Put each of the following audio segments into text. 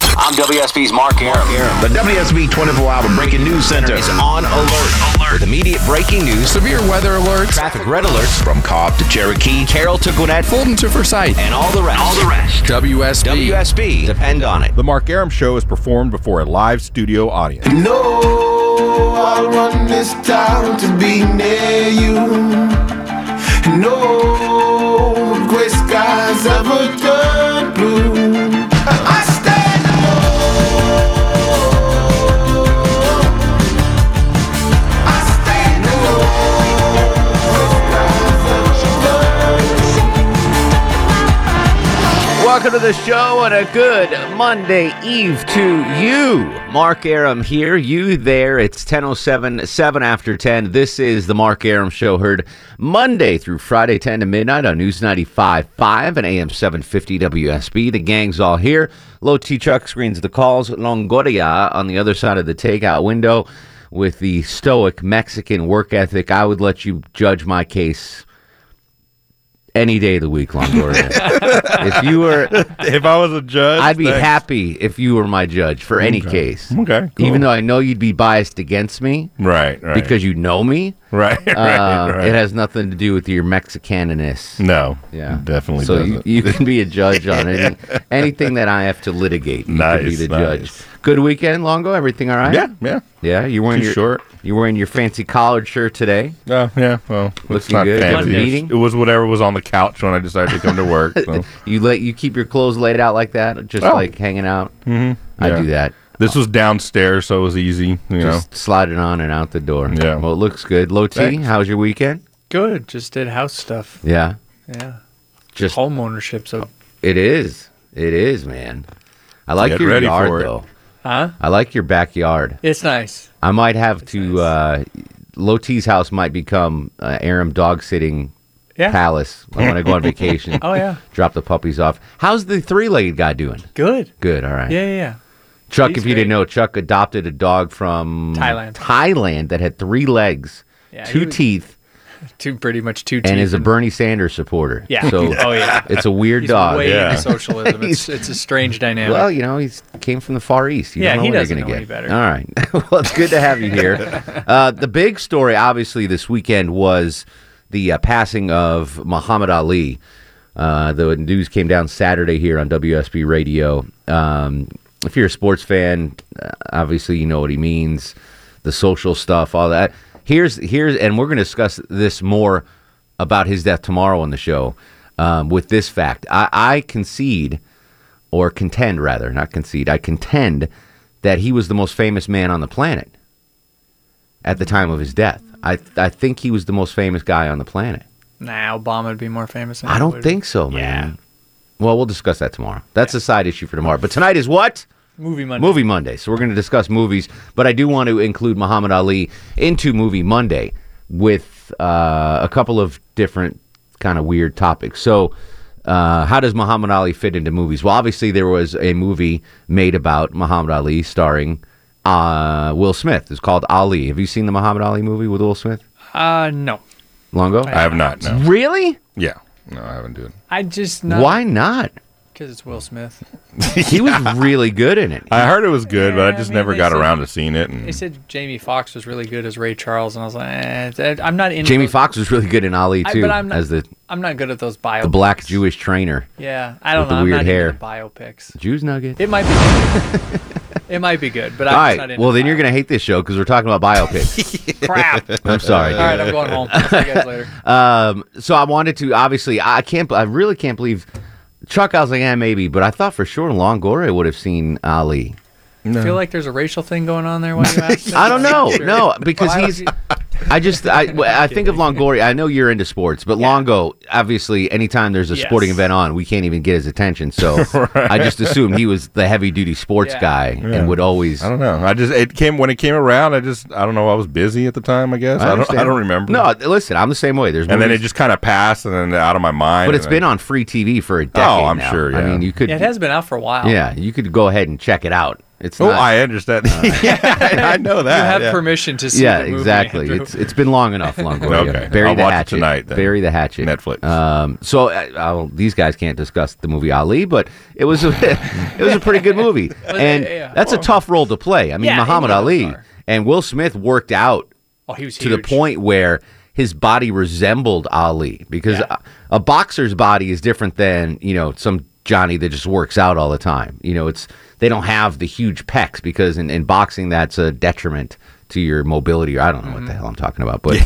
I'm WSB's Mark Aram. The WSB 24 Hour Breaking News Center is on alert. Alert. With immediate breaking news, severe weather alerts, traffic red alerts from Cobb to Cherokee, Carroll to Gwinnett, Fulton to Forsyth. and all the rest. All the rest. WSB. WSB. Depend on it. The Mark Aram Show is performed before a live studio audience. No, I want Oh, this town to be near you. No gray skies ever turn blue. I stand alone. I stand alone. Gray skies ever turn blue. Welcome to the show and a good Monday Eve to you. Mark Aram here, you there. It's 10.07, 7 after 10. This is the Mark Aram Show, heard Monday through Friday, 10 to midnight on News 95.5 and AM 750 WSB. The gang's all here. Low T Chuck screens the calls. Longoria on the other side of the takeout window with the stoic Mexican work ethic. I would let you judge my case any day of the week, Longoria. if you were... If I was a judge, I'd be happy if you were my judge for any case. Okay, cool. Even though I know you'd be biased against me Right, right. because you know me. right, right, Uh, right. It has nothing to do with your Mexicaniness. no, Yeah. definitely So doesn't. you, you can be a judge on any, anything that I have to litigate. You can be Nice, the nice. judge. Good weekend, Longo. Everything all right? yeah, yeah, Yeah. You wearing Too your short. You wearing your fancy collared shirt today? Oh, yeah. Well, it's Looking not good. fancy. Good It's- meeting. It was whatever was on the couch when I decided to come to work. so. You let you keep your clothes laid out like that, just Oh. like hanging out. Mm-hmm. I Yeah. do that. This was downstairs, so it was easy. You know, Just slide it on and out the door. Yeah. Well, it looks good. Low T, Thanks. how's your weekend? Good. Just did house stuff. Yeah. Yeah. Just Home ownership's a it is. It is, man. I like Get your ready yard for it. though. huh? I like your backyard. It's nice. I might have to. Uh, Low T's house might become uh, Aram dog sitting Yeah. palace. I want to go on vacation. Oh yeah. Drop the puppies off. How's the three legged guy doing? Good. Good. All right. Yeah, yeah, yeah. Chuck, He's if you didn't great. know, Chuck adopted a dog from Thailand. Thailand that had three legs, Yeah, he two was- teeth, Two pretty much two teeth. and is a Bernie Sanders supporter. Yeah. So oh yeah. it's a weird He's dog. way Yeah. into socialism. It's, it's a strange dynamic. Well, you know, he's came from the Far East. You Yeah, don't know he what doesn't you're know going any to get. better. All right. well, it's good to have you here. Uh, the big story, obviously, this weekend was the uh, passing of Muhammad Ali. Uh, the news came down Saturday here on WSB Radio. Um, if you're a sports fan, uh, obviously you know what he means. The social stuff, all that. Here's here's, and we're going to discuss this more about his death tomorrow on the show. Um, with this fact, I, I concede or contend rather, not concede, I contend that he was the most famous man on the planet at the time of his death. I I think he was the most famous guy on the planet. nah, Obama would be more famous. Than I Hitler. don't think so, man. Well, we'll discuss that tomorrow. That's a side issue for tomorrow. But tonight is what? Movie Monday. Movie Monday. So we're going to discuss movies, but I do want to include Muhammad Ali into Movie Monday with uh, a couple of different kind of weird topics. So, uh, how does Muhammad Ali fit into movies? Well, obviously there was a movie made about Muhammad Ali starring uh, Will Smith. It's called Ali. Have you seen the Muhammad Ali movie with Will Smith? Uh, no. Longo. I have not. No. really? Yeah. No, I haven't done. I just not. Why not? Because it's Will Smith. He was really good in it. I heard it was good, but I Yeah, I just mean, never they got said- around to seeing it. They And said Jamie Foxx was really good as Ray Charles, and I was like, eh, that- I'm not in. Jamie those- Foxx was really good in Ali I- too, but I'm not- as the, I'm not good at those biopics. the black Jewish trainer. Yeah, I don't with the know. I'm weird not hair. into the biopics. Jews nugget. It might be. it might be good, but I'm All just not right. into Well, then biopics. you're going to hate this show because we're talking about biopics. crap. All I'm sorry. dude. right, I'm going home. See you guys later. Um, so I wanted to obviously I can't I really can't believe Chuck. I was like, yeah, maybe, but I thought for sure Longoria would have seen Ali. I feel like there's a racial thing going on there. While you asked me. I don't know. No, because Why would he's. you- I just I well, I think of Longoria. I know you're into sports, but Longo obviously anytime there's a Yes. sporting event on, we can't even get his attention. So I just assumed he was the heavy duty sports Yeah. guy Yeah. and would always. I don't know. I just it came when it came around. I just I don't know. I was busy at the time. I guess I, don't. I understand. don't remember. No, listen, I'm the same way. There's And then it movies- just kind of passed, and then out of my mind. But it's it's been on free TV for a decade. Oh, I'm now. sure, I yeah. mean, you could. Yeah, it has been out for a while. yeah, you could go ahead and check it out. It's Oh, not. I understand. yeah, I know that. You have yeah. permission to see yeah, the movie, exactly. Andrew. It's it's been long enough, Longoria. Okay. Bury I'll the watch it hatchet tonight, then. Bury the hatchet. Netflix. Um, so uh, I'll, these guys can't discuss the movie Ali, but it was a, it was a pretty good movie, and yeah. Oh. that's a tough role to play. I mean, Yeah, Muhammad any of them Ali are. and Will Smith worked out oh, he was to the huge. point where his body resembled Ali because Yeah. a, a boxer's body is different than, you know, some Johnny that just works out all the time. You know, it's they don't have the huge pecs because in, in boxing that's a detriment to your mobility or I don't know what the Mm-hmm. hell I'm talking about, but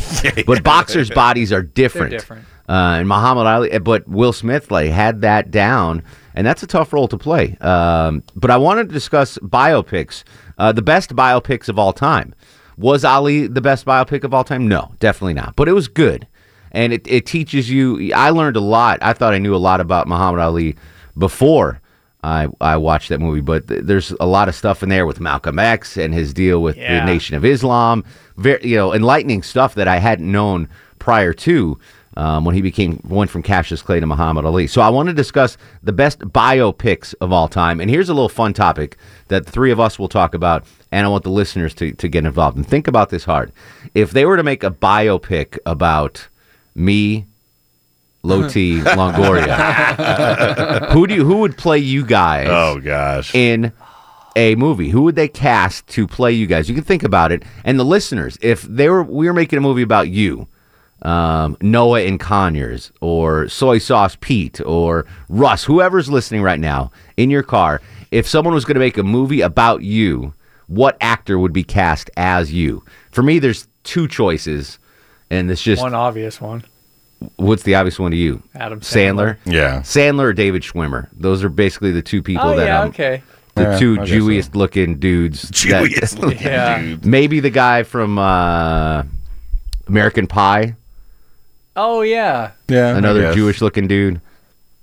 but boxers' bodies are different. different. Uh, and Muhammad Ali, but Will Smith like had that down, and that's a tough role to play. Um, but I wanted to discuss biopics, uh, the best biopics of all time. Was Ali the best biopic of all time? No, definitely not. But it was good, and it, it teaches you. I learned a lot. I thought I knew a lot about Muhammad Ali before I I watched that movie, but th- there's a lot of stuff in there with Malcolm X and his deal with the Yeah. Nation of Islam. Very you know enlightening stuff that I hadn't known prior to um, when he became went from Cassius Clay to Muhammad Ali. So I want to discuss the best biopics of all time, and here's a little fun topic that the three of us will talk about, and I want the listeners to to get involved and think about this hard. If they were to make a biopic about me. Low T Longoria. who do you, who would play you guys? Oh gosh. in a movie? Who would they cast to play you guys? You can think about it. And the listeners, if they were we were making a movie about you, um, Noah and Conyers, or Soy Sauce Pete, or Russ, whoever's listening right now in your car, if someone was going to make a movie about you, what actor would be cast as you? For me, there's two choices, and it's just One obvious one. what's the obvious one to you? Adam Sandler. Sandler. yeah. Sandler or David Schwimmer. Those are basically the two people Oh that um, yeah, I'm okay. the Yeah, two I guess Jewiest looking dudes. that- Julius. Yeah. maybe the guy from uh, American Pie, Oh yeah. Yeah. I another guess. Jewish looking dude.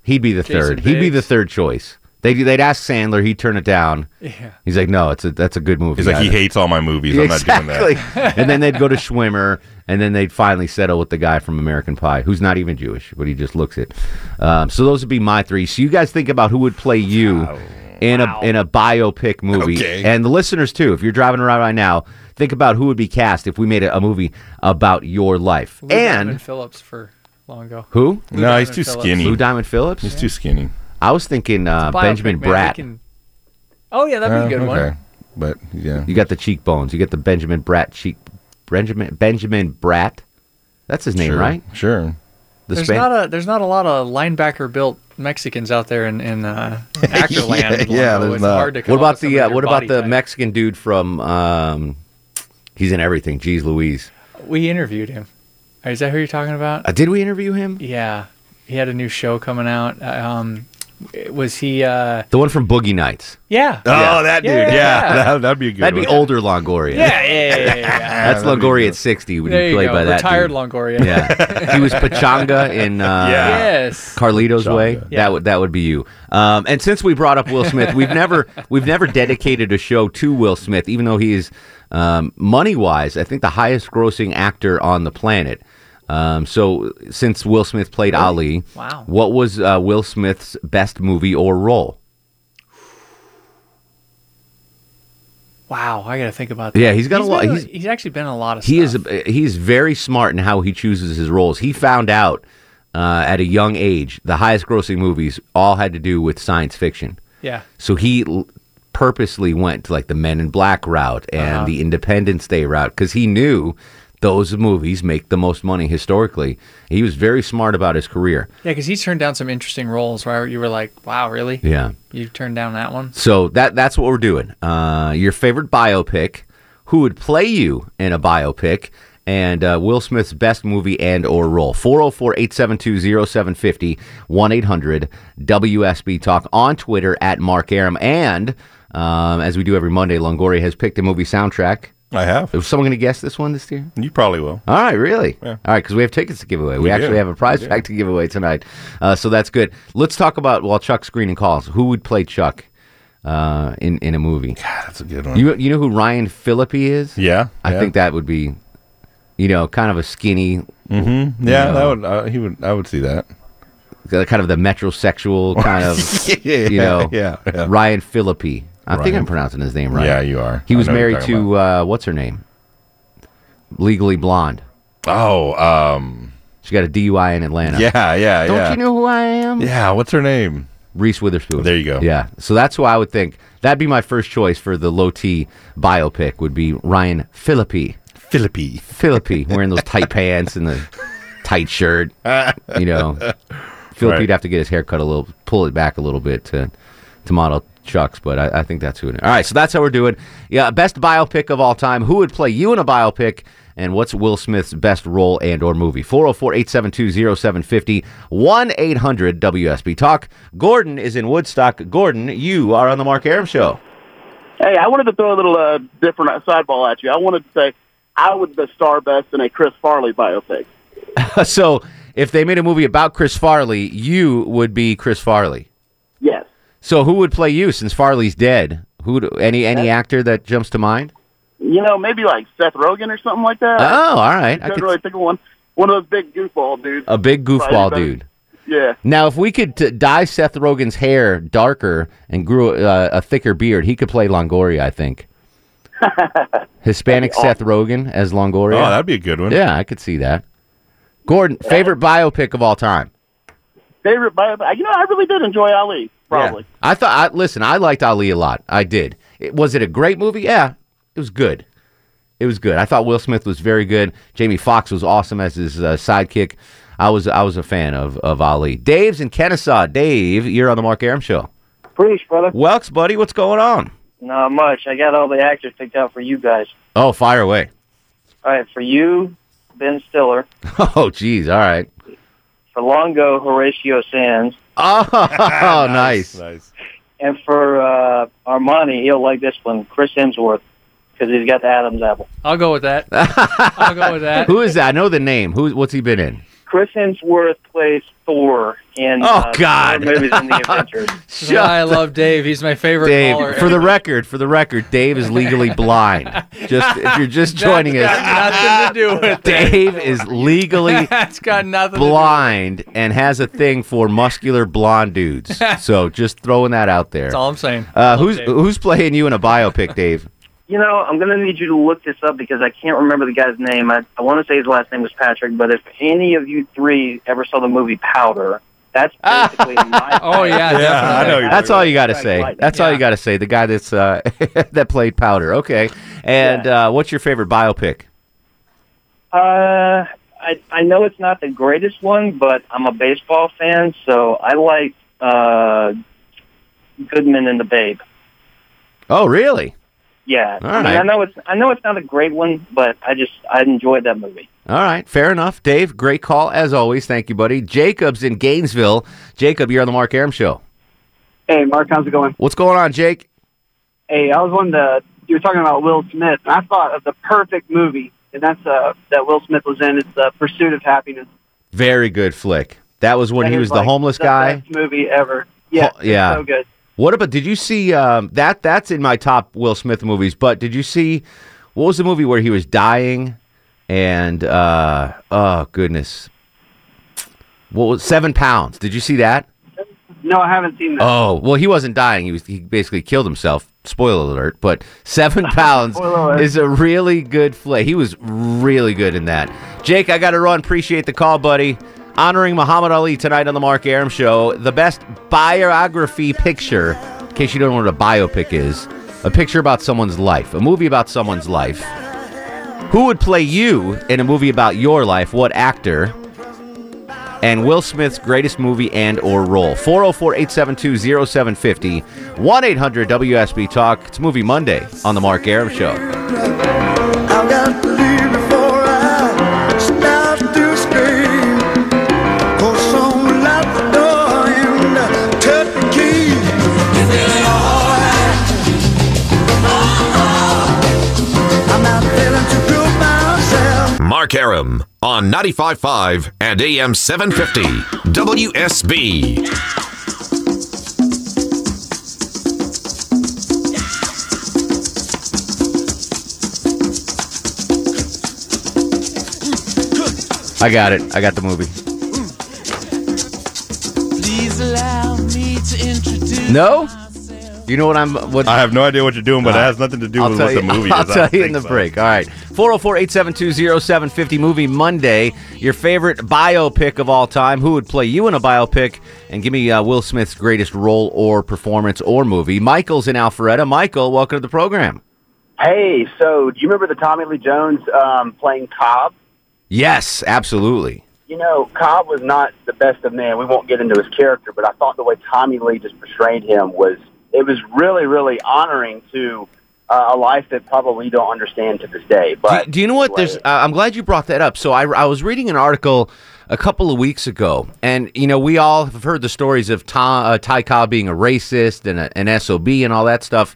He'd be the Jason third. He'd be the Biggs. third choice. They they'd ask Sandler, he'd turn it down. Yeah. He's like, no, it's a that's a good movie. He's like he guys." hates all my movies. I'm not exactly. doing that. and then they'd go to Schwimmer, and then they'd finally settle with the guy from American Pie, who's not even Jewish, but he just looks it. Um, so those would be my three. So you guys think about who would play you in a in a biopic movie, Okay. and the listeners too. If you're driving around right now, think about who would be cast if we made a, a movie about your life. Lou and Diamond Phillips for long ago. who? Lou No, he's Diamond too Phillips. skinny. Lou Diamond Phillips. He's too skinny. I was thinking uh, Biopic, Benjamin man, we Bratt. can- Oh yeah, that'd be a good Uh, one. okay. But yeah. You got the cheekbones. You get the Benjamin Bratt cheek. Benjamin Benjamin Bratt. That's his name, sure. right? Sure. The there's Span- not a there's not a lot of linebacker built Mexicans out there in in uh, actor land. Yeah, yeah, Longo. there's it's not. hard to come What up about with the uh, somebody what your about body the type. Mexican dude from? Um, he's in everything. Jeez Louise. We interviewed him. Is that who you're talking about? Uh, did we interview him? Yeah, he had a new show coming out. Uh, Um, was he? Uh, The one from Boogie Nights. yeah. Oh, that dude. Yeah. Yeah, That, that'd be a good. That'd be one. older Longoria. yeah, yeah, yeah, yeah, yeah. That's that'd be Longoria good. at sixty when there you you played go. by that Retired dude. Longoria. Yeah, he was Pachanga in uh, Yeah. Yes. Carlito's Pachanga. Way. Yeah. That would that would be you. Um, and since we brought up Will Smith, we've never we've never dedicated a show to Will Smith, even though he is um, money wise, I think the highest grossing actor on the planet. Um, so since Will Smith played Ali, Wow. what was uh, Will Smith's best movie or role? Wow, I gotta think about that. Yeah, he's got a lot- been he's- he's actually been in a lot of. He stuff. is a, he's very smart in how he chooses his roles. He found out uh, at a young age the highest grossing movies all had to do with science fiction. Yeah. So he l- purposely went to like the Men in Black route and the Independence Day route because he knew those movies make the most money historically. He was very smart about his career. Yeah, because he's turned down some interesting roles where you were like, wow, really? Yeah. You turned down that one? So that that's what we're doing. Uh, your favorite biopic, who would play you in a biopic, and uh, Will Smith's best movie and or role. 404-872-0750, 1-800-WSB Talk on Twitter at Mark Aram. And um, as we do every Monday, Longoria has picked a movie soundtrack. I have. Is someone going to guess this one this year? You probably will. All right, really? Yeah. All right, because we have tickets to give away. We, We actually do. have a prize We do. pack to give away tonight. Uh, so that's good. Let's talk about while Chuck's screening calls. Who would play Chuck uh, in in a movie? That's a good one. You you know who Ryan Philippi is? yeah. I yeah. think that would be, you know, kind of a skinny, Yeah, that would. Uh, he would. I would see that. uh, kind of the metrosexual kind of, yeah, you know, Yeah. yeah. Ryan Philippi. I think Right. I'm pronouncing his name right. Yeah, you are. He I was know who you're married talking to uh, what's her name? Legally Blonde. uh, Oh, um, She got a DUI in Atlanta. yeah, yeah, Don't yeah. you know who I am? Yeah, what's her name? Reese Witherspoon. There you go. Yeah. So that's who I would think. That'd be my first choice for the low T biopic. Would be Ryan Philippi. Philippi. Philippi wearing those tight pants and the tight shirt. You know, Philippi'd Right. have to get his hair cut a little, pull it back a little bit to to model Chuck's, but I, I think that's who it is. All right, so that's how we're doing. Yeah, best biopic of all time. Who would play you in a biopic? And what's Will Smith's best role and or movie? 404-872-0750, 1-800-WSB Talk. Gordon is in Woodstock. Gordon, you are on the Mark Aram Show. Hey, I wanted to throw a little uh, different sideball at you. I wanted to say I would the star best in a Chris Farley biopic. so if they made a movie about Chris Farley, you would be Chris Farley. Yes. So who would play you since Farley's dead? Who do, any any actor that jumps to mind? You know, maybe like Seth Rogen or something like that. Oh, all right. I I couldn't could- Uh, really think of one. One of those big goofball dudes. a big goofball Probably dude. yeah. Now, if we could t- dye Seth Rogen's hair darker and grew uh, a thicker beard, he could play Longoria, I think. Hispanic Seth Rogen as Oh, Longoria. that'd be a good one. yeah, I could see that. Gordon, favorite biopic of all time. Favorite biopic. You know, I really did enjoy Ali, probably. Yeah. I thought. I, listen, I liked Ali a lot. I did. It, was it a great movie? Yeah, it was good. It was good. I thought Will Smith was very good. Jamie Foxx was awesome as his uh, sidekick. I was I was a fan of of Ali. Dave's in Kennesaw. Dave, you're on the Mark Aram show. Preach, brother. Welks, buddy, what's going on? Not much. I got all the actors picked out for you guys. Oh, fire away. All right, for you, Ben Stiller. Oh, geez. All right. For Longo, Horatio Sands. Oh, nice. Nice. And for uh, Armani, he'll like this one, Chris Hemsworth, because he's got the Adam's apple. I'll go with that. I'll go with that. Who is that? I know the name. Who? What's he been in? Chris Hemsworth plays Thor in Oh, uh, God. Thor movies in the Avengers. This is why I love Dave. He's my favorite caller. Dave, for the record, for the record, Dave is legally blind. Just if you're just joining That's us, got nothing to do with it. Dave is legally That's got nothing blind and has a thing for muscular blonde dudes. So just throwing that out there. to do with it. That's all I'm saying. Uh, who's who's playing you in a biopic, Dave? You know, I'm going to need you to look this up because I can't remember the guy's name. I, I want to say his last name was Patrick, but if any of you three ever saw the movie Powder, that's basically my. Oh, yeah. Yeah, definitely. I know you- That's all you got to Right, say. right. That's all Yeah. you got to say. The guy that's uh, that played Powder. Okay. And uh, what's your favorite biopic? Uh, I I know it's not the greatest one, but I'm a baseball fan, so I like uh, Goodman and the Babe. Oh, really? Yeah, All I, mean, right. I know it's I know it's not a great one, but I just I enjoyed that movie. All right, fair enough. Dave, great call as always. Thank you, buddy. Jacob's in Gainesville. Jacob, you're on the Mark Aram show. Hey, Mark, how's it going? What's going on, Jake? Hey, I was wanting to. You were talking about Will Smith. And I thought of the perfect movie, and that's uh, that Will Smith was in. It's The Pursuit of Happiness. Very good flick. That was when That he is, was the like, homeless the guy. Best movie ever. Yeah, Ho- yeah. it's so good. What about? Did you see um, that? That's in my top Will Smith movies. But did you see what was the movie where he was dying? And uh, oh goodness, what was Seven Pounds? Did you see that? No, I haven't seen that. Oh well, he wasn't dying. He was he basically killed himself. Spoiler alert! But Seven Pounds Spoiler alert. is a really good play. He was really good in that. Jake, I got to run. Appreciate the call, buddy. Honoring Muhammad Ali tonight on the Mark Aram Show. The best biography picture, in case you don't know what a biopic is, a picture about someone's life, a movie about someone's life. Who would play you in a movie about your life? What actor? and Will Smith's greatest movie and or role. 404-872-0750, 1-800-WSB Talk. It's Movie Monday on the Mark Aram Show. I've got to leave before I start to scream. Cause someone locked the door and uh, turned the key. I'm not feeling too good myself. Mark Aram on 95.5 and AM 750 WSB. I got it. I got the movie. Please allow me to introduce No? Do you know what I'm? What I have no idea what you're doing, but it has nothing to do with what the movie I'll is. I tell don't you in think the so. break. All right. 404-872-0750 movie Monday. Your favorite biopic of all time. Who would play you in a biopic? And give me uh, Will Smith's greatest role or performance or movie. Michael's in Alpharetta. Michael, welcome to the program. Hey, so do you remember the Tommy Lee Jones um, playing Cobb? Yes, absolutely. You know, Cobb was not the best of men. We won't get into his character, but I thought the way Tommy Lee just portrayed him was it was really, really honoring to uh, a life that probably you don't understand to this day. But do, do you know what? There's. Uh, I'm glad you brought that up. So I, I was reading an article a couple of weeks ago, and you know we all have heard the stories of Tom, uh, Ty Cobb being a racist and a, an sob and all that stuff,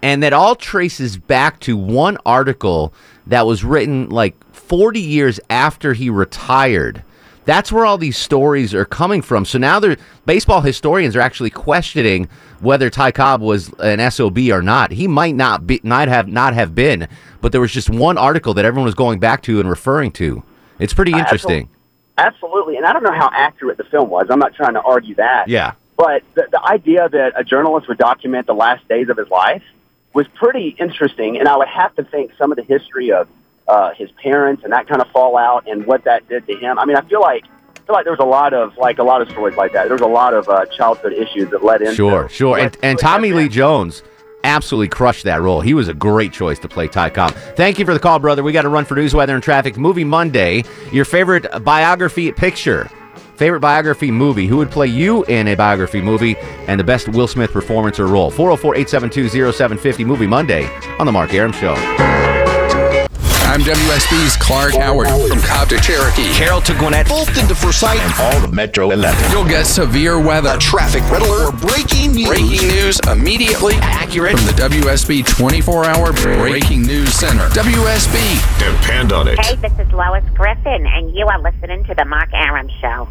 and that all traces back to one article that was written like 40 years after he retired. That's where all these stories are coming from. So now they're baseball historians are actually questioning whether Ty Cobb was an SOB or not. He might not be not have not have been, but there was just one article that everyone was going back to and referring to. It's pretty interesting. Absolutely, and I don't know how accurate the film was. I'm not trying to argue that. Yeah. But the, the idea that a journalist would document the last days of his life was pretty interesting, and I would have to think some of the history of uh, his parents and that kind of fallout and what that did to him. I mean, I feel like I feel like there was a lot of like a lot of stories like that. There was a lot of uh, childhood issues that led into Sure, sure. And and Tommy Lee Jones absolutely crushed that role. He was a great choice to play Ty Cobb. Thank you for the call, brother. We got to run for news, weather, and traffic. Movie Monday. Your favorite biography picture. Favorite biography movie? Who would play you in a biography movie? And the best Will Smith performance or role? 404 872 0750 Movie Monday on The Mark Aram Show. I'm WSB's Clark Howard from Cobb to Cherokee. Carroll to Gwinnett. Fulton to Forsyth. And all of Metro 11. You'll get severe weather, a traffic riddler, or breaking news. Breaking news immediately accurate from the WSB 24-hour Breaking News Center. WSB. Depend on Hey, this is Lois Griffin, and you are listening to The Mark Aram Show.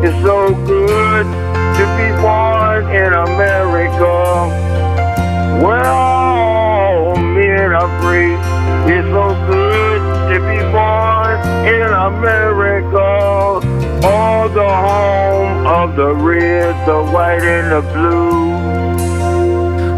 It's so good to be born in America, where all men are free. It's so good to be born in America, all the home of the red, the white, and the blue.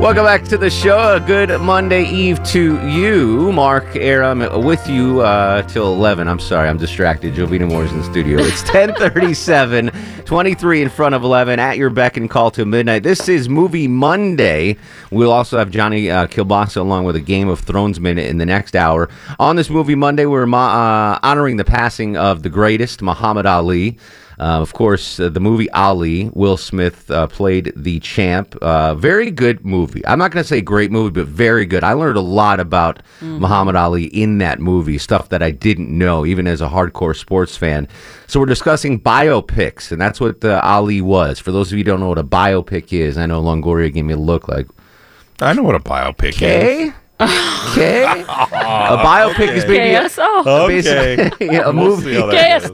Welcome back to the show. A good Monday Eve to you, Mark Aram, with you uh, till 11. I'm sorry, I'm distracted. Jovina Moore's in the studio. It's 1037, 23 in front of 11, at your beck and call till midnight. This is Movie Monday. We'll also have Johnny uh, Kilbasa along with a Game of Thrones minute in the next hour. On this Movie Monday, we're ma- uh, honoring the passing of the greatest, Muhammad Ali. Uh, of course, uh, the movie Ali, Will Smith uh, played the champ. Uh, very good movie. I'm not going to say great movie, but very good. I learned a lot about Muhammad Ali in that movie, stuff that I didn't know, even as a hardcore sports fan. So we're discussing biopics, and that's what uh, Ali was. For those of you who don't know what a biopic is, I know Longoria gave me a look like. I know what a biopic is. Okay. a biopic is Okay. maybe a- KSO. Okay. basically- yeah, a We'll movie. see how that Okay, oh,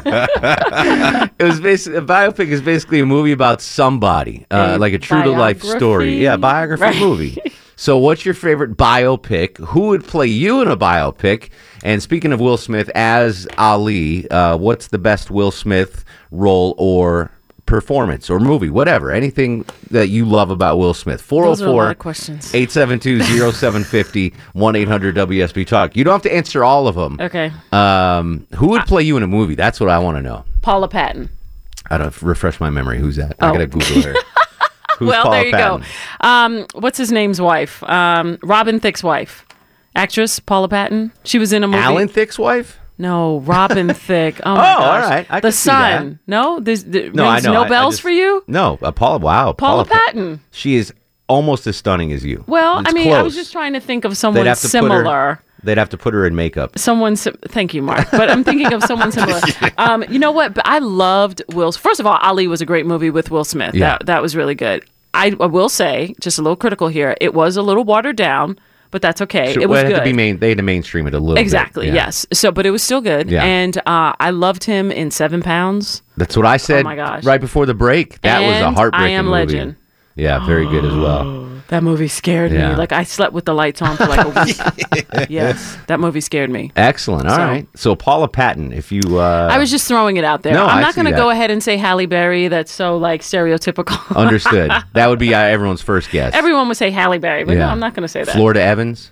stop. Yeah. it was basically a biopic is basically a movie about somebody, uh, A like a true to life story. biography. Yeah, biography Right. movie. So, what's your favorite biopic? Who would play you in a biopic? And speaking of Will Smith as Ali, uh, what's the best Will Smith role or performance or movie, whatever? Anything that you love about Will Smith? Those are a 404 lot of questions. 872 0750 1 800 WSB Talk. You don't have to answer all of them. Okay. Um, who would play you in a movie? That's what I want to know. Paula Patton. I don't refresh my memory. Who's that? I Oh. gotta Google her. Who's well, Paula there you Patton? go. Um, what's his name's wife? Um, Robin Thicke's wife, actress Paula Patton. She was in a movie. Alan Thicke's wife? No, Robin Thicke. Oh, my Oh, all gosh. right. I the can see that. son. No, there's the, No, I rings know. no I- I bells just- for you. No, uh, Paula. Wow, Paula Pat- Patton. She is almost as stunning as you. Well, It's I mean, I was close. just trying to think of They'd someone have to put her- similar. they'd have to put her in makeup. Someone, sim- thank you, Mark. But I'm thinking of someone similar. Um, you know what? But I loved Will. First of all, Ali was a great movie with Will Smith. Yeah. That that was really good. I, I will say, just a little critical here, it was a little watered down, but that's okay. Sure, it was well, it had good. to be main. They had to mainstream it a little. bit, exactly. yeah. Yes. So, but it was still good. Yeah. And uh, I loved him in Seven Pounds. That's what I said. Oh my gosh. Right before the break, that was a And heartbreaking I Am movie. Legend. Yeah, very good as well. That movie scared Yeah. me. Like I slept with the lights on for like a week. yes, that movie scared me. Excellent. All So- right. So Paula Patton, if you, uh, I was just throwing it out there. No, I'm I not see going to that. go ahead and say Halle Berry. That's so like stereotypical. understood. that would be uh, everyone's first guess. Everyone would say Halle Berry, but no, Yeah. I'm not going to say that. Florida Evans.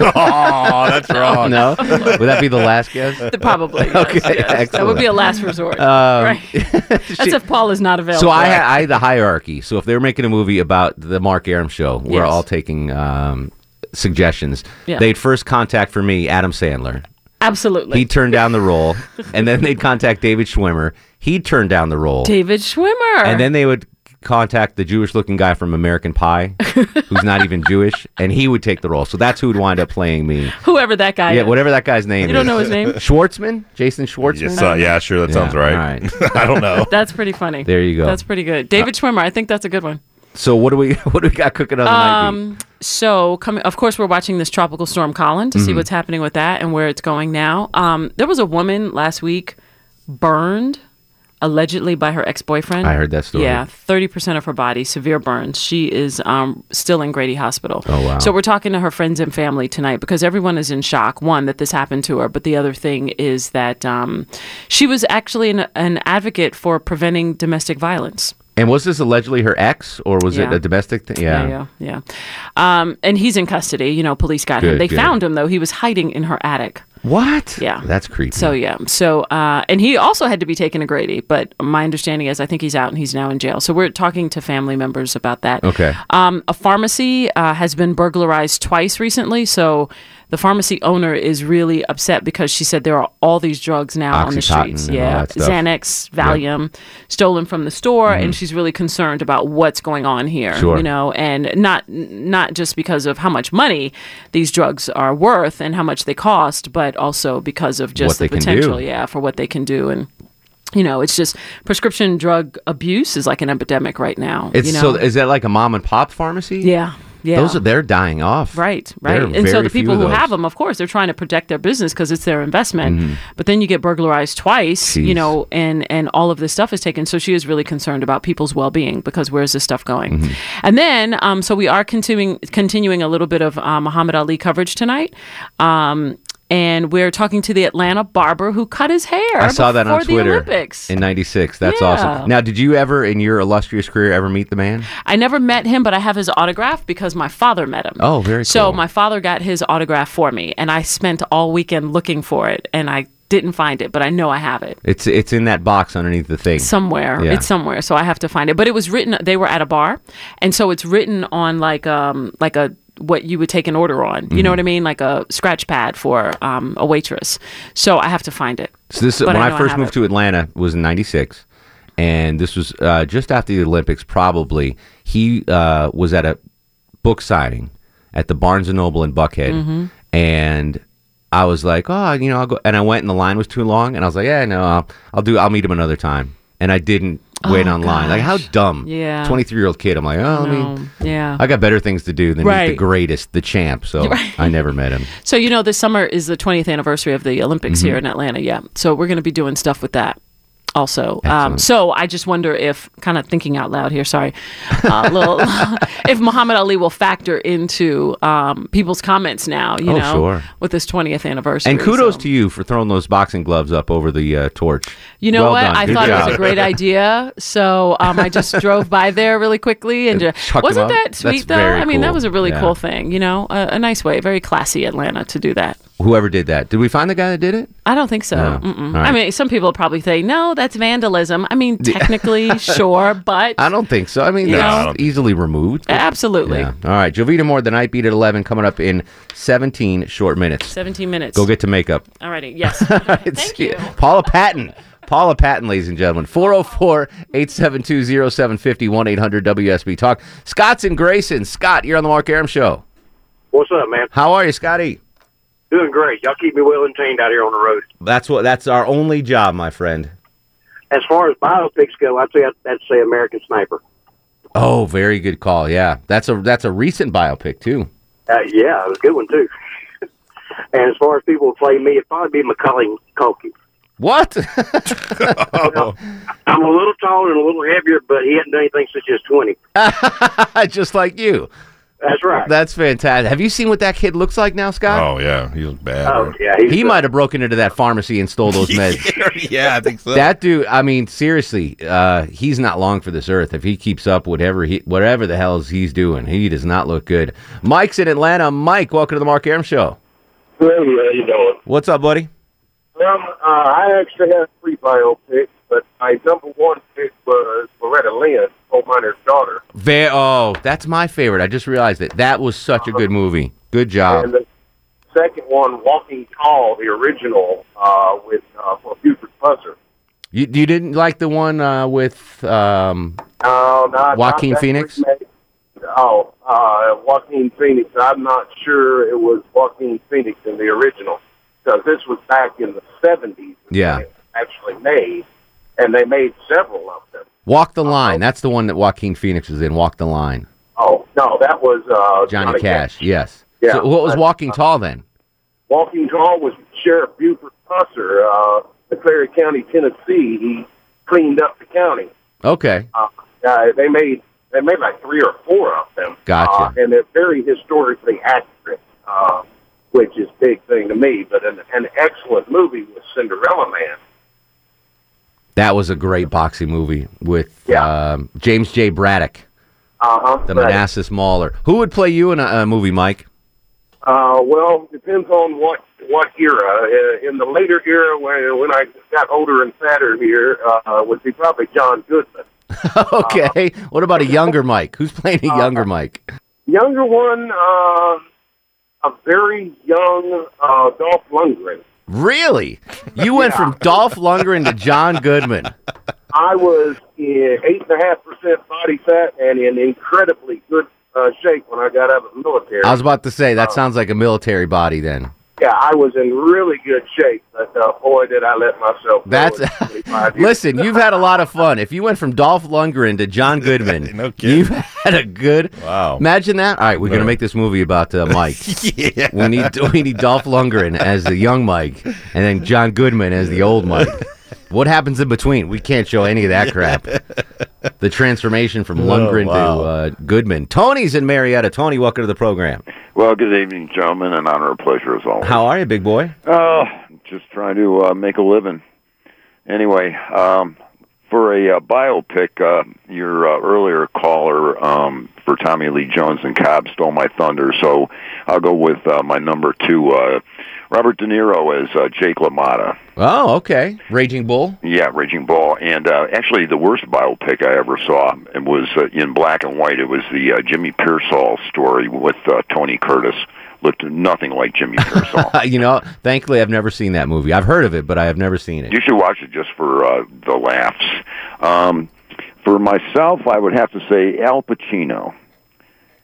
Oh, that's wrong. no, would that be the last guess? The- probably. yes, Okay, yes. That would excellent. be a last resort. Um, right. That's if Paul is not available. So I, had, I had the hierarchy. So if they're making a movie about the Mark Aram show, we're Yes. all taking um, suggestions. Yeah. They'd first contact for me Adam Sandler. Absolutely. He turned down the role, and then they'd contact David Schwimmer. He turned down the role, David Schwimmer. and then they would contact the Jewish-looking guy from American Pie, who's not even Jewish, and he would take the role. So that's who would wind up playing me. whoever that guy yeah, is. whatever that guy's name is. You don't know his name? Schwartzman? Jason Schwartzman? Yes, uh, yeah, sure, that sounds right. All right. I don't know. That's pretty funny. There you go. Uh, That's pretty good. David Schwimmer, I think that's a good one. so what do we what do we got cooking on the night? Beat? Um, so coming, of course, we're watching this tropical storm Colin to see Mhm. what's happening with that and where it's going now. Um, there was a woman last week burned allegedly by her ex-boyfriend. I heard that story. Yeah, thirty percent of her body, severe burns. She is um, still in Grady Hospital. Oh, wow. So we're talking to her friends and family tonight because everyone is in shock. One that this happened to her, but the other thing is that um, she was actually an, an advocate for preventing domestic violence. And was this allegedly her ex, or was it Yeah. a domestic thing? Yeah, yeah, yeah. Um, and he's in custody. You know, police got him. Good, They good. found him though. He was hiding in her attic. What? Yeah. That's creepy. So yeah. So uh, and he also had to be taken to Grady. But my understanding is, I think he's out and he's now in jail. So we're talking to family members about that. Okay. Um, a pharmacy uh, has been burglarized twice recently. So. The pharmacy owner is really upset because she said there are all these drugs now on the Oxycontin streets. and all Yeah, that stuff. Xanax, Valium, stolen from the store, Mhm. and she's really concerned about what's going on here. Sure. You know, know, and not not just because of how much money these drugs are worth and how much they cost, but also because of just What the they can do. potential, yeah, for what they can do and you know, it's just prescription drug abuse is like an epidemic right now. It's you know? so is that like a mom and pop pharmacy? Yeah, yeah. Those are they're dying off. Right, right. There are and so very the few people of who those. have them, of course, they're trying to protect their business because it's their investment. Mhm. But then you get burglarized twice, you Jeez. know, and and all of this stuff is taken. So she is really concerned about people's well being because where is this stuff going? Mm-hmm. And then, um, so we are continuing continuing a little bit of uh, Muhammad Ali coverage tonight. Um, and we're talking to the Atlanta barber who cut his hair. I saw that on before Twitter The Olympics. in '96. That's Yeah. awesome. Now, did you ever, in your illustrious career, ever meet the man? I never met him, but I have his autograph because my father met him. Oh, very So cool. my father got his autograph for me, and I spent all weekend looking for it, and I didn't find it, but I know I have it It's it's in that box underneath the thing somewhere. Yeah. It's somewhere, so I have to find it. But it was written. They were at a bar, and so it's written on like um like a what you would take an order on. You know Mhm. what I mean? Like a scratch pad for um, a waitress. So I have to find it. So this But when I, know first have moved it. to Atlanta was in '96, and this was uh, just after the Olympics. Probably he uh, was at a book signing at the Barnes and Noble in Buckhead, Mhm. and I was like, "Oh, you know," I'll go. and I went, and the line was too long, and I was like, "Yeah, no, I'll, I'll do. I'll meet him another time." And I didn't wait online. Like how dumb? Oh, Yeah. twenty-three year old kid. I'm like, oh, I mean, yeah. I got better things to do than meet Right. the greatest, the champ. So Right. I never met him. So you know, this summer is the 20th anniversary of the Olympics Mhm. here in Atlanta. Yeah, so we're going to be doing stuff with that. Also, um, Excellent. so I just wonder if, kind of thinking out loud here, sorry, uh, little, if Muhammad Ali will factor into um, people's comments now, you Oh, know, sure. with this 20th anniversary. And kudos so- to you for throwing those boxing gloves up over the uh, torch. You know Well what? done. I Good thought it was a job. great idea, so um, I just drove by there really quickly and just, chucked 'em wasn't out. that That's sweet though? very I mean, that cool. was a really Yeah. cool thing. You know, a, a nice way, very classy Atlanta to do that. Whoever did that. Did we find the guy that did it? I don't think so. No. Mm-mm. All right. I mean, some people probably say, no, that's vandalism. I mean, Yeah. technically, sure, but I don't think so. I mean, No. that's I don't easily removed. absolutely. Yeah. All right. Jovita Moore, the night beat at 11, coming up in 17 short minutes. 17 minutes. Go get to makeup. Alrighty, yes. Thank you. Paula Patton. Paula Patton, ladies and gentlemen. 404 872 0750 1 800 WSB Talk. Scott's and Grayson. Scott, you're on the Mark Aram Show. What's up, man? How are you, Scotty? Doing great. Y'all keep me well and tamed out here on the road. That's what. That's our only job, my friend. As far as biopics go, I'd say I'd, I'd say American Sniper. Oh, very good call. Yeah, that's a that's a recent biopic too. Uh, yeah, it was a good one too. and as far as people who play me, it'd probably be Macaulay Culkin. What? I'm a little taller and a little heavier, but he hadn't done anything since he was 20. Just like you. That's right. That's fantastic. Have you seen what that kid looks like now, Scott? Oh yeah, he was bad. Oh, right? yeah, he's he bad. might have broken into that pharmacy and stole those meds. yeah, I think so. that dude, I mean, seriously, uh, he's not long for this earth. If he keeps up whatever he whatever the hell's he's doing, he does not look good. Mike's in Atlanta. Mike, welcome to the Mark Aram Show. Hey, how you doing? What's up, buddy? Um, uh, I actually have three biopics, but my number one pick was Loretta Lynn, coal miner's daughter. Ve- oh, that's my favorite. I just realized it. That was such a good movie. Good job. And the second one, Walking Tall, the original, uh, with uh, for Buford Buzzer. You, you didn't like the one uh, with um, No, not Joaquin not that Phoenix? remake. Oh, uh, Joaquin Phoenix. I'm not sure it was Joaquin Phoenix in the original because this was back in the 70s, Yeah. actually made, and they made several of them. Walk the Uh-huh. Line. That's the one that Joaquin Phoenix was in. Walk the Line. Oh no, that was uh, Johnny, Cash. Yes. Yeah. So what was Walking Tall then? Walking Tall was Sheriff Buford Pusser, uh, Clary County, Tennessee. He cleaned up the county. Okay. Uh, uh, they made they made like three or four of them. Gotcha. Uh, and they're very historically accurate, uh, which is a big thing to me. But an, an excellent movie was Cinderella Man. That was a great boxing movie with um, James J. Braddock, Uh huh. the Manassas Mauler. Who would play you in a, a movie, Mike? Uh, well, depends on what what era. Uh, in the later era, when when I got older and fatter here, uh, would be probably John Goodman. okay. what about a younger Mike? Who's playing a younger Uh-huh. Mike? Younger one, uh, a very young uh, Dolph Lundgren. Really? You went from Dolph Lundgren to John Goodman. I was in eight and a half percent body fat and in incredibly good uh, shape when I got out of the military. I was about to say that sounds like a military body. Then yeah, I was in really good shape, but uh, boy, did I let myself. go that's at 25 years. listen. You've had a lot of fun. If you went from Dolph Lundgren to John Goodman, you've had a good. Wow! Imagine that. All right, we're gonna make this movie about uh, Mike. Yeah. We need we need Dolph Lundgren as the young Mike, and then John Goodman as the old Mike. What happens in between? We can't show any of that crap. The transformation from Oh, Lundgren wow. to uh, Goodman. Tony's in Marietta. Tony, welcome to the program. Well, good evening, gentlemen, and honor and pleasure as always. How are you, big boy? Oh, just trying to uh, make a living. Anyway, um, for a uh, biopic, uh, your uh, earlier caller um, for Tommy Lee Jones and Cobb stole my thunder, so I'll go with uh, my number two, uh, Robert De Niro as uh, Jake LaMotta. Oh, okay. Raging Bull. Yeah, Raging Bull, and uh, actually the worst biopic I ever saw it was uh, in black and white. It was the uh, Jimmy Pearsall story with uh, Tony Curtis. Looked nothing like Jimmy Pearsall. you know, thankfully, I've never seen that movie. I've heard of it, but I have never seen it. You should watch it just for uh, the laughs. Um, for myself, I would have to say Al Pacino.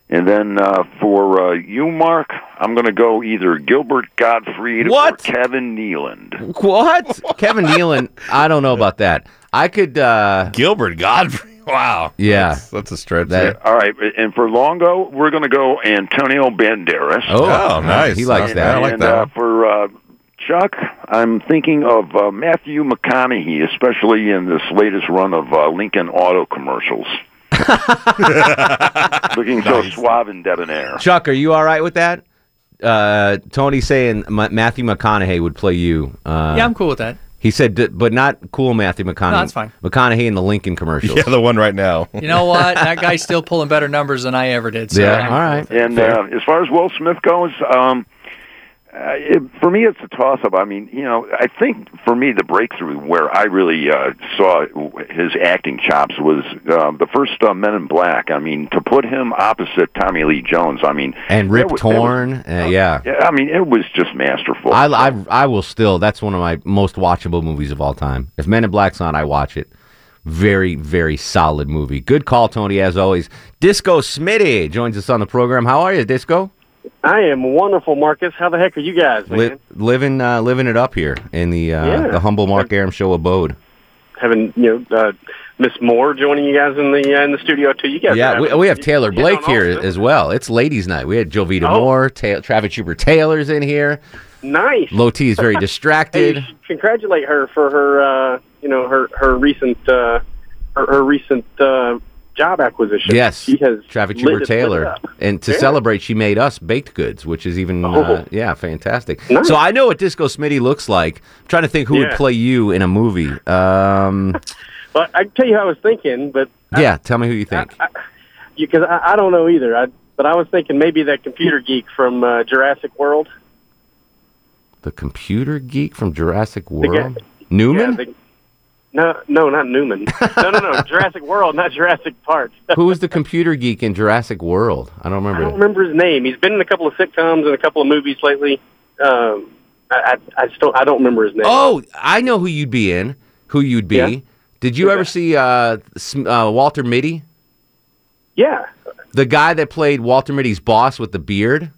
And then uh, for uh, you, Mark, I'm going to go either Gilbert Gottfried or Kevin Nealon. What? Kevin Nealon? I don't know about that. I could. uh Gilbert Godfrey. Wow. Yeah. That's, a stretch. That, All right, and for Longo, we're going to go Antonio Banderas. Oh, Oh, nice. he likes And- that. I like and, that. Uh, for uh, Chuck, I'm thinking of uh, Matthew McConaughey, especially in this latest run of uh, Lincoln Auto commercials. Looking so suave and debonair. Chuck, are you all right with that? Uh, Tony saying Ma- Matthew McConaughey would play you. Uh, yeah, I'm cool with that. He said, d- but not cool Matthew McConaughey. No, that's fine. McConaughey in the Lincoln commercials. Yeah, the one right now. You know what? that guy's still pulling better numbers than I ever did. So Yeah, I'm- all right. And uh, as far as Will Smith goes, um, uh, it, for me, it's a toss-up. I mean, you know, I think for me the breakthrough where I really uh, saw his acting chops was uh, the first uh, Men in Black. I mean, to put him opposite Tommy Lee Jones, I mean, and Rip that was- that was- Torn. uh, yeah. yeah, I mean, it was just masterful. I, I, I will still. That's one of my most watchable movies of all time. If Men in Black's on, I watch it. Very, very solid movie. Good call, Tony, as always. Disco Smitty joins us on the program. How are you, Disco? I am wonderful, Marcus. How the heck are you guys, man? Li- living, uh, living it up here in the uh, Yeah. the humble Mark Aram Show abode. having you know uh, Miss Moore joining you guys in the uh, in the studio too. You guys, yeah, are we, having- we have Taylor you know, Blake and all- here as well. It's ladies' night. We had Jovita Oh. Moore, Ta- Travis Hubert Taylor's in here. Nice. Low T is very Hey, distracted. you should congratulate her for her uh, you know her her recent uh, her, her recent uh, job acquisition. Yes, she has Travis lit it- Hubert lit it Taylor, up. and to Yeah. celebrate, she made us baked goods, which is even uh, Oh. yeah, fantastic. Nice. So I know what Disco Smitty looks like. I'm trying to think who would Yeah. play you in a movie. Um, But I can tell you, how I was thinking, but yeah, tell me who you think. because I, I don't know either. I but I was thinking maybe that computer geek from uh, Jurassic World. the computer geek from Jurassic guy- World, Newman. Yeah, the- no, no, not Newman. No, no, no. Jurassic World, not Jurassic Park. who was the computer geek in Jurassic World? I don't I remember. don't remember his name. He's been in a couple of sitcoms and a couple of movies lately. Um, I, I, I just don't. I don't remember his name. Oh, I know who you'd be in. Who you'd be? Yeah. Did you ever see uh, Sm- uh, Walter Mitty, yeah. the guy that played Walter Mitty's boss with the beard?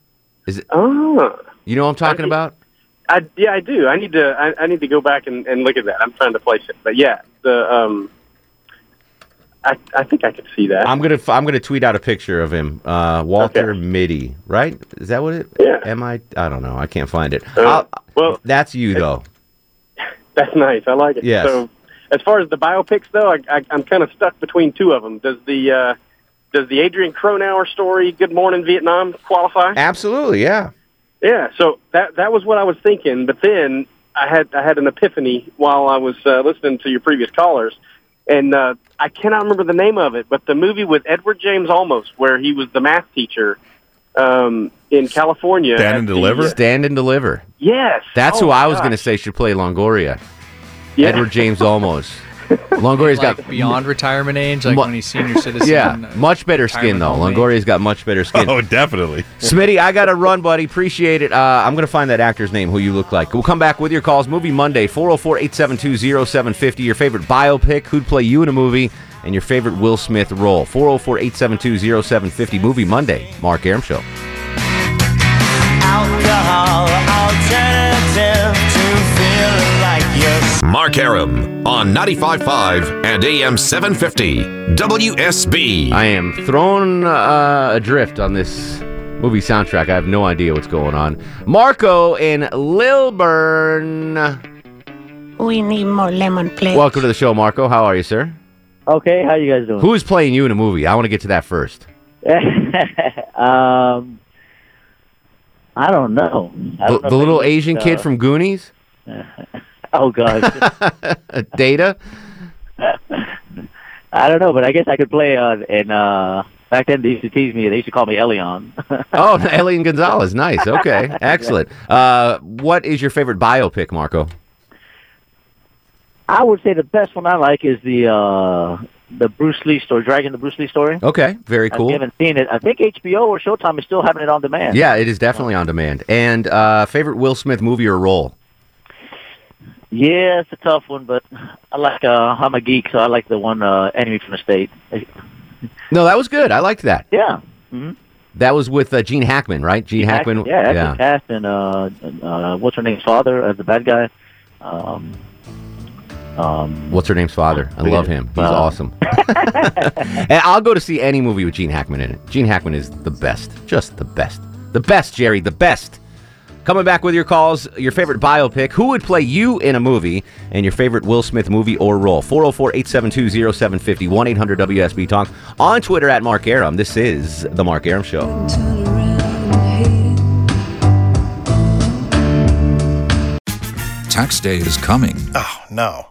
Is it? Oh, You know what I'm talking about? I yeah, I do. I need to. I, I need to go back and, and look at that. I'm trying to place it, but yeah, the um, I I think I could see that. I'm gonna f- I'm gonna tweet out a picture of him, uh, Walter Mitty. Right? Is that what it? Yeah. Am I? I don't know. I can't find it. Uh, I'll- well, that's you though. That's nice. I like it. Yes. So, as far as the biopics, though, I, I, I'm kind of stuck between two of them. Does the uh, does the Adrian Cronauer story, Good Morning Vietnam, qualify? Absolutely. Yeah. Yeah. So that that was what I was thinking, but then I had I had an epiphany while I was uh, listening to your previous callers, and uh, I cannot remember the name of it, but the movie with Edward James Olmos, where he was the math teacher um, in California. at the- Stand and deliver. Yes. That's Oh, who I was gosh. gonna say should play Longoria. Yeah. Edward James Olmos. Longoria's like got beyond retirement age, like Mu- when he's senior citizen. Yeah, uh, much better skin retirement though. home age. Longoria's got much better skin. Oh, definitely. Smitty, I got to run, buddy. Appreciate it. Uh, I'm going to find that actor's name, who you look like. We'll come back with your calls. Movie Monday, 404 872 0750. Your favorite biopic, who'd play you in a movie, and your favorite Will Smith role. 404 872 0750. Movie Monday, Mark Aram Show. Alcohol alternative to feeling like you're Mark Aram on 95.5 and AM 750 WSB. I am thrown uh, adrift on this movie soundtrack. I have no idea what's going on. Marco in Lilburn. We need more lemon, please. Welcome to the show, Marco. How are you, sir? Okay, how you guys doing? Who is playing you in a movie? I want to get to that first. um, I don't know. I The, don't know the if little anybody, Asian kid uh, from Goonies? Uh, Oh gosh, Data? I don't know, but I guess I could play uh, in. Uh, back then, they used to tease me. They used to call me Elion. Oh, Elian Gonzalez. Nice. Okay. Excellent. Uh, what is your favorite biopic, Marco? I would say the best one I like is the uh, the Bruce Lee story, Dragon the Bruce Lee story. Okay. Very I cool. haven't seen it. I think HBO or Showtime is still having it on demand. Yeah, it is definitely on demand. And uh, favorite Will Smith movie or role? Yeah, it's a tough one, but I like. Uh, I'm a geek, so I like the one uh, Enemy from the State. Uh, No, that was good. I liked that. Yeah. hmm That was with uh, Gene Hackman, right? Gene Hackman. yeah, actually cast and uh, uh, what's her name's father as the bad guy. Um, um, What's her name's father? I love him. He's awesome. and I'll go to see any movie with Gene Hackman in it. Gene Hackman is the best, just the best, the best, Jerry, the best. Coming back with your calls, your favorite biopic, who would play you in a movie, and your favorite Will Smith movie or role. 404 872 0750 1 800 WSB Talk on Twitter at Mark Aram. This is The Mark Aram Show. Tax day is coming. Oh, no.